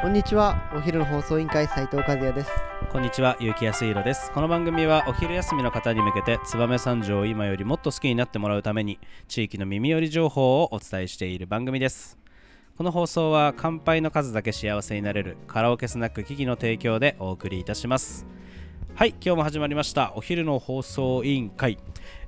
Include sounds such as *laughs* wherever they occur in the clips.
こんにちはお昼の放送委員会斉藤和也ですこんにちは、ゆうきやすいろです。この番組はお昼休みの方に向けて、燕三条を今よりもっと好きになってもらうために、地域の耳寄り情報をお伝えしている番組です。この放送は、乾杯の数だけ幸せになれるカラオケスナック機器の提供でお送りいたします。はい、今日も始まりました、お昼の放送委員会。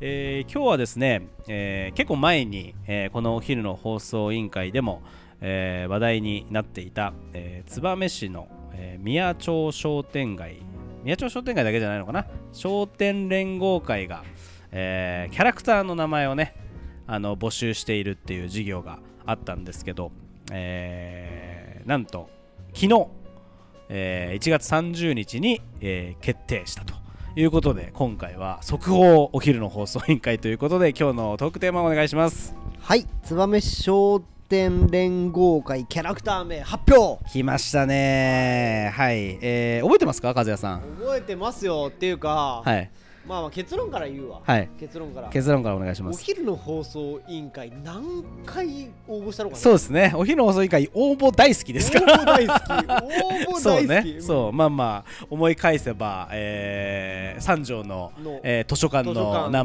えー今日はですね、えー結構前に、えーこのお昼の放送委員会でも、えー話題になっていた、えー燕市の、えー宮町商店街宮町商店街だけじゃないのかな商店連合会が、えーキャラクターの名前をねあの募集しているっていう事業があったんですけど、えーなんと昨日えー1月30日に、えー決定したということで今回は速報お昼の放送委員会ということで今日のトークテーマをお願いしますはい燕商店連合会キャラクター名発表来ましたねはい、えー覚えてますか和也さん覚えてますよっていうか、はいまあまあ結論から言うわ、はい結論から結論からお願いしまおす昼の放送委員会何回応募したのかなそうですねお昼の放送委員会応募大好きですから応募 *laughs* 大好き応募そう大好ねき、そうまあまあ思い返せば、えー三条ののえー図書館図書館からの名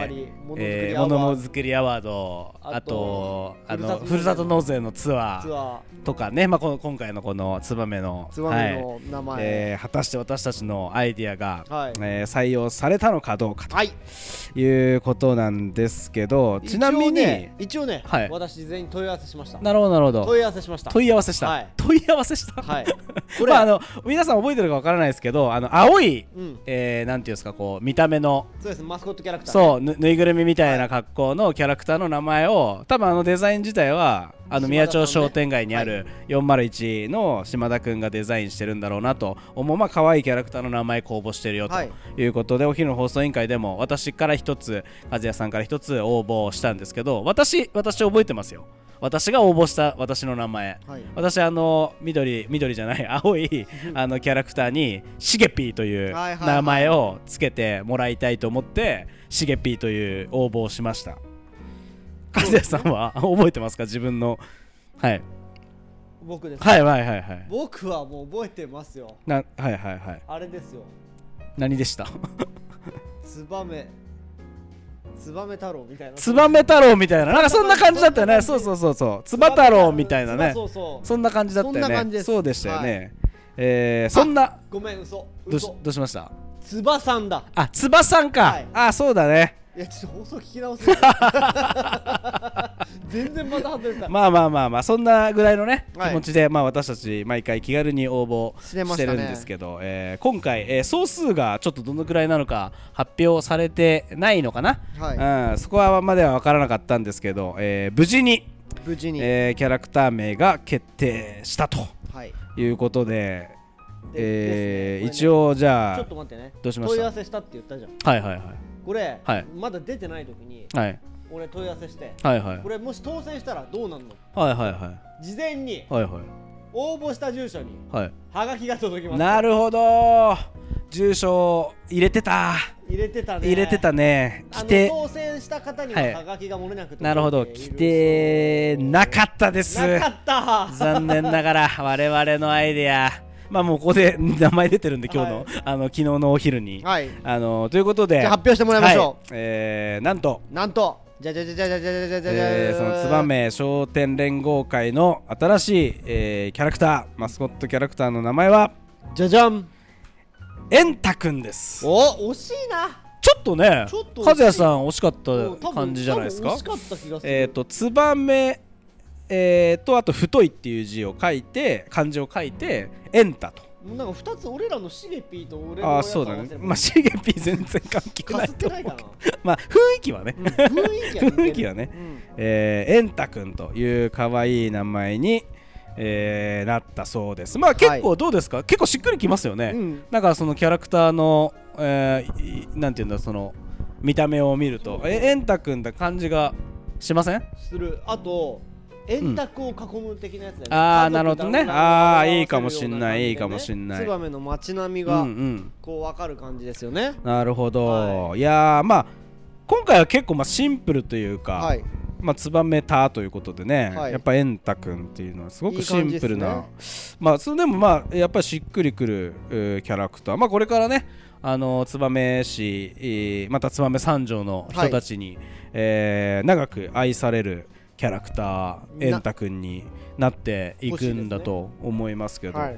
始まりものづくりえアワーーものづくりアワードああととあのふるふるささとと納納税のツアツーアとかね、まあ、この今回のこのツバメのーツバメの名前、はいえー果たして私たちのアイディアが、はいえー採用されたのかどうかはいということなんですけどちなみ一応に、ね一応ね、はい私全員問い合わせしましたなるほどなるほど問い合わせしました問い合わせした、はい問い合わせした、 *laughs* はいここれ、れ、まあ、あの皆さん覚えてるかわからないですけどあの青い、うんえーなんていうんですかこう見た目のそうですねマスコットキャラクターね、そうぬぬいぐるみみたいな格好のキャラクターの名前を多分あのデザイン自体は島田さあのんね宮町商店街にある401の島田くんがデザインしてるんだろうなと思うまあ可愛いキャラクターの名前公募してるよとはいいうことでお昼の放送委員会でも私から一つ和也さんから一つ応募したんですけど私私覚えてますよ私が応募した私の名前はい私あの緑緑じゃない *laughs* 青いあのキャラクターにシゲピーというはいはいはい名前をつけてもらいたいと思ってシゲピーという応募をしました和也さん *laughs* は覚えてますか自分のはい僕です、はいはいはいはい僕はもう覚えてますよなはいはいはいあれですよ何でした *laughs* ツバメツバメ太郎みたいなツバメ太郎みたいななんかそんな感じだったよねそうそうそうそうツバ太郎みたいなねそうそうそうそんな感じだったそんなよ感じでねすそうでしたよねえーそんなごめん嘘どうし嘘どうしましたツバさんだあつばさんはかいあそうだねいやちょっと放送聞き直 *laughs* すよ全然また外れた、まあまあまあまあそんなぐらいのね、はい気持ちで、まあ、私たち毎回気軽に応募してまししたてねるんですけど、えー今回、えー総数がちょっとどのぐらいなのか発表されてないのかな、はうん、そこはまでは分からなかったんですけど、えー無事に、い無事に、えーキャラクター名が決定したとはいいうことででえーです一ねこ応じれねゃちょあっと待ってねどうしました問い合わせしたって言ったじゃんはいはいはいこれ、はいまだ出てない時にはい俺問い合わせしてはいはいこれもし当選したらどうなるのはいはいはい事前にはいはい応募した住所にはいハガキが届きますなるほど住所入れてた入れてたね入れてたねあ来のて当選した方にははいハガキが漏れなくてなるほど来てなかったですなかった残念ながら我々のアイデアまあもうここで *laughs* 名前出てるんで今日の、はいあの昨日のお昼に、はいあのということでじゃあ発表してもらいましょうはいえーなんとなんとじゃじゃじゃじゃじゃじゃじゃじゃじゃえーそのツバメ商店連合会の新しい、えーキャラクターマスコットキャラクターの名前はじゃじゃんエンタくんですお惜しいなちょっとねちょっと惜しい和也さん惜しかっうん多た分感じじゃないです多か分惜しかった気がするえー、とツバメ、えー、とあと「太い」っていう字を書いて漢字を書いて「エンタ」と。もうなんか二つ俺らのシゲピーと俺のあやあつそ合うわだせねればまあシゲピー全然関係なかいすってと思なういかな *laughs* まあ雰囲気はね、うん雰囲気は似てる *laughs* 雰囲気はねうんえーエンタくんという可愛い名前に、えーなったそうですまあ結構どうですか、結構しっくりきますよね、うんなんかそのキャラクターの、えーいなんていうんだその見た目を見るとえエンタくんだ感じがしませんするあと円卓を囲む的なやつだよね、あ家ー族なるほどね団らんがあー合わせるようないいかもしんな感じいでねいいかもしんないツバメの街並みうがんうんこう分かる感じですよね、なるほど、、はいやーまあ今回は結構まあシンプルというか、はいまあ、ツバメたということでね、はいやっぱエンタ君っていうのはすごいくいシ感じンっすねプルなまあそれでもまあやっぱりしっくりくる、えーキャラクターまあこれからねあの燕市、えーまた燕三条の人たちに、えー長く愛されるキャラクターなエンタ君になっていくんだと思いますけどはい、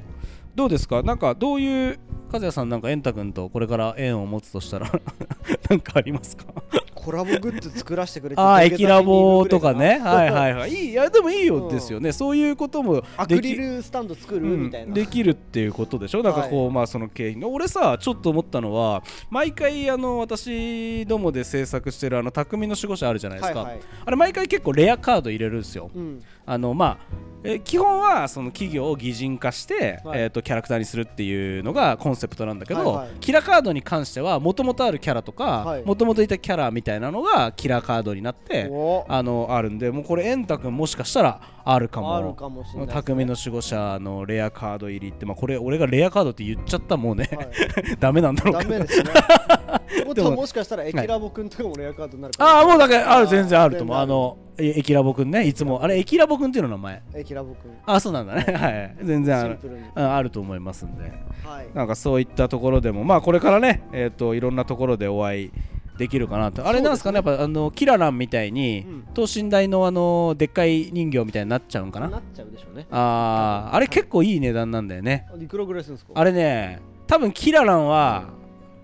どうですかなんかどういう和也さんなんかエンタ君とこれから縁を持つとしたら *laughs* なんかありますかコラボグッズ作らせてくれてあどあエれだけキラボとかね見るぐらはいいだなはいはいいいいやでもいいうよんですよね、そういうこともアでクきリルスタンド作る、うんみたいなできるっていうことでしょなんかこう、まあその景品が俺さちょっと思ったのは毎回あの私どもで制作してるあの匠の守護者あるじゃないですか、はいはいあれ毎回結構レアカード入れるんですよ、うんあのまあえー基本はその企業を擬人化して、はいえー、とキャラクターにするっていうのがコンセプトなんだけど、はいはいキラカードに関してはもともとあるキャラとはかいもともといたキャラみたいなのがキラカードになって、おあのあるんでもうこれ円太君もしかしたらあるかもあるかもしれないですね匠の守護者のレアカード入りって、まあ、これ俺がレアカードって言っちゃったらもうね、は *laughs* ダメなんだいろうダかメです *laughs* ねもっともしかしたらエキラボくんとかもレアカードになるかもああもうだけからある全然あると思うあーあのえエキラボくんねいつもあれエキラボくんっていうの名前エキラボくんあそうなんだね *laughs* はい全然あシンるプルにうんあると思いますんではいなんかそういったところでもまあこれからねえっ、といろんなところでお会いできるかなとあれなんですかねやっぱあのキラランみたいに、うん等身大のあのでっかい人形みたいになっちゃうんかななっちゃうでしょうねあーあれ結構いい値段なんだよねいくらぐらいするんですかあれね多分キラランは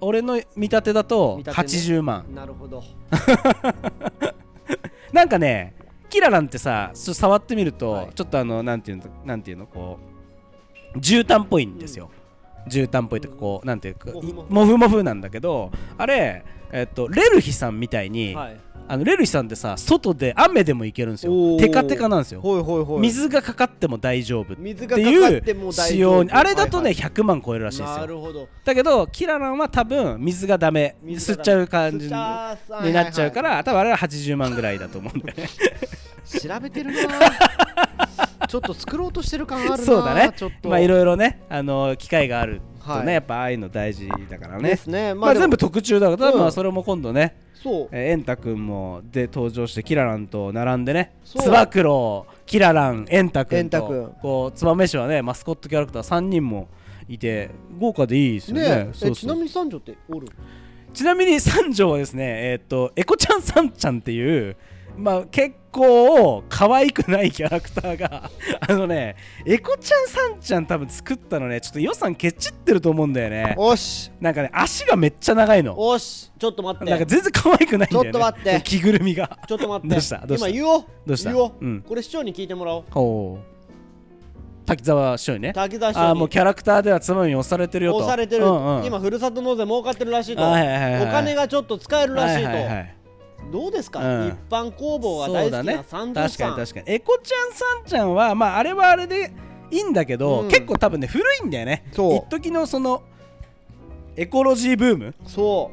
俺の見立てだと見立てね80万なるほどなんかねキラランってさす触ってみると、はいちょっとあのなんていうのなんていうのこう絨毯っぽいんですよ、絨毯っぽいというかこうなんていうかモフモフモフモフなんだけどあれえっとレルヒさんみたいに、はいあのレルヒさんってさ外で雨でも行けるんですよおーテカテカなんですよほいほいほい水がかかっても大丈夫って水がかかっていも大丈夫う仕様にあれだとはねい100万超えるはらいしいですなよるほどだけどキラランは多分水がダメ水吸がダメっちゃう感じ吸っにちゃうはいはいはいになっちゃうから多分あれは80万ぐらいだと思うんだよね調べて *laughs* るなちょっと作ろうとしてる感あるなそうだねちょっとまあいろいろねあの機会があるとはいねやっぱああいうの大事だからでねすねままああでも全部特注だから多分まうあんそれも今度ねそうえーエンタ君もで登場してキラランと並んでねそうつば九郎キラランエンタエ君ンタ君とこうつばめ氏はねマスコットキャラクター3人もいて豪華でいいですよねえそうそうちなみに三条っておるちなみに三条はですね、えーっとエコちゃんさんちゃんっていう、まあ、結構可愛くないキャラクターが *laughs* あのねエコちゃんさんちゃん多分作ったのねちょっと予算ケチってると思うんだよねおしなんかね足がめっちゃ長いのおしちょっと待っなんかて全然可愛くないんだよねちょっと待って着ぐるみがちょっと待ってどうしたどうした今言おうどうした言おう、うんこれ市長に聞いてもらおうおお滝沢師匠にね滝沢市あ長あにもうキャラクターではつまみに押されてるよと押されてる、うんうん、今ふるさと納税儲かってるらしいと、あはいはいはいはいお金がちょっと使えるらしいと、はいはいはいどうですか、うん一般工房がそ大う好だきねな三条確かさにん確かにエコちゃんさんちゃんはまああれはあれでいいんだけど、うん結構多分ね古いんだよねそう一時のそのエコロジーブームそ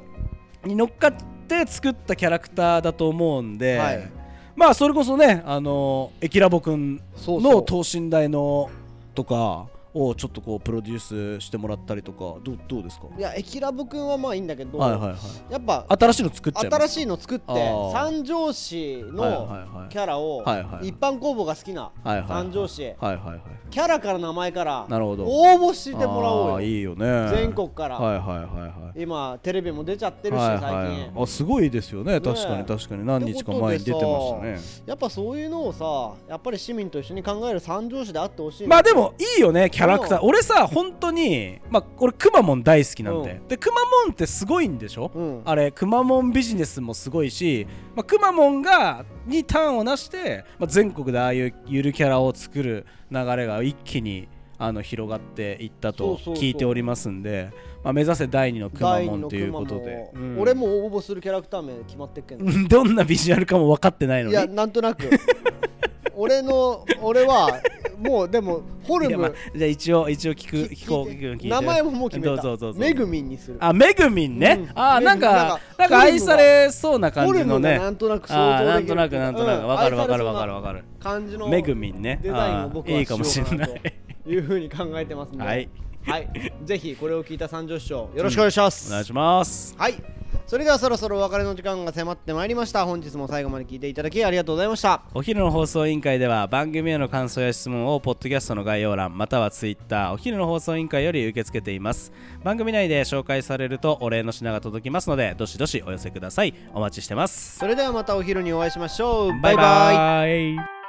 に乗っかって作ったキャラクターだと思うんで、はいまあそれこそねあのエキラボくんうそうそのう等身大のとかをちょっとこうプロデュースしてもらったりとかどうどうですかいやエキラブ君はまあいいんだけど、はいはいはいやっぱ新しいの作っちゃいます新しいの作ってあー三条市はいはいのはいキャラをはいはいはい一般公募が好きなはいはいはい三条市はいはいはいキャラから名前からなるほど応募してもらおうあーよいいよね全国から、はいはいはいはい今テレビも出ちゃってるしはい最はい近、はいあすごいですよねえ確かに確かに何日か前に出てましたねやっぱそういうのをさやっぱり市民と一緒に考える三条市であってほしいなまあでもいいよねキャラクターう俺さ本当にまあ俺くまモン大好きなんで、うでくまモンってすごいんでしょ、うんあれくまモンビジネスもすごいし、まあ、くまモンがにターンをなして、まあ、全国でああいうゆるキャラを作る流れが一気にあの広がっていったとそうそうそう聞いておりますんでまあ、目指せ第二のくま第モ二ンのという熊こもとで、うん俺も応募するキャラクター名決まってっけんのうん *laughs* どんなビジュアルかも分かってないいのにやなんと *laughs* なく俺の俺はもうでもホルいやまあムじゃあ一応一応聞くき聞こう聞いて聞く聞いて名前ももう決めたどうぞどうぞめぐみんにするあめぐみんね、うんあーめぐみんななんかんかなんか愛されそうな感ホじルのムねがなんとなく想あー像なでんきるとなくなんとなくわかるわかるわかるわわかる感じのめぐみんねデザインを僕はあーいいかもしれないしようかというふうに考えてますんでははいい、ぜひこれを聞いた三条市長よろしくお願いします、お願いしますはいそれではそろそろお別れの時間が迫ってまいりました本日も最後まで聞いていただきありがとうございましたお昼の放送委員会では番組への感想や質問をポッドキャストの概要欄またはツイッターお昼の放送委員会より受け付けています番組内で紹介されるとお礼の品が届きますのでどしどしお寄せくださいお待ちしてますそれではまたお昼にお会いしましょうバイバイバイバイ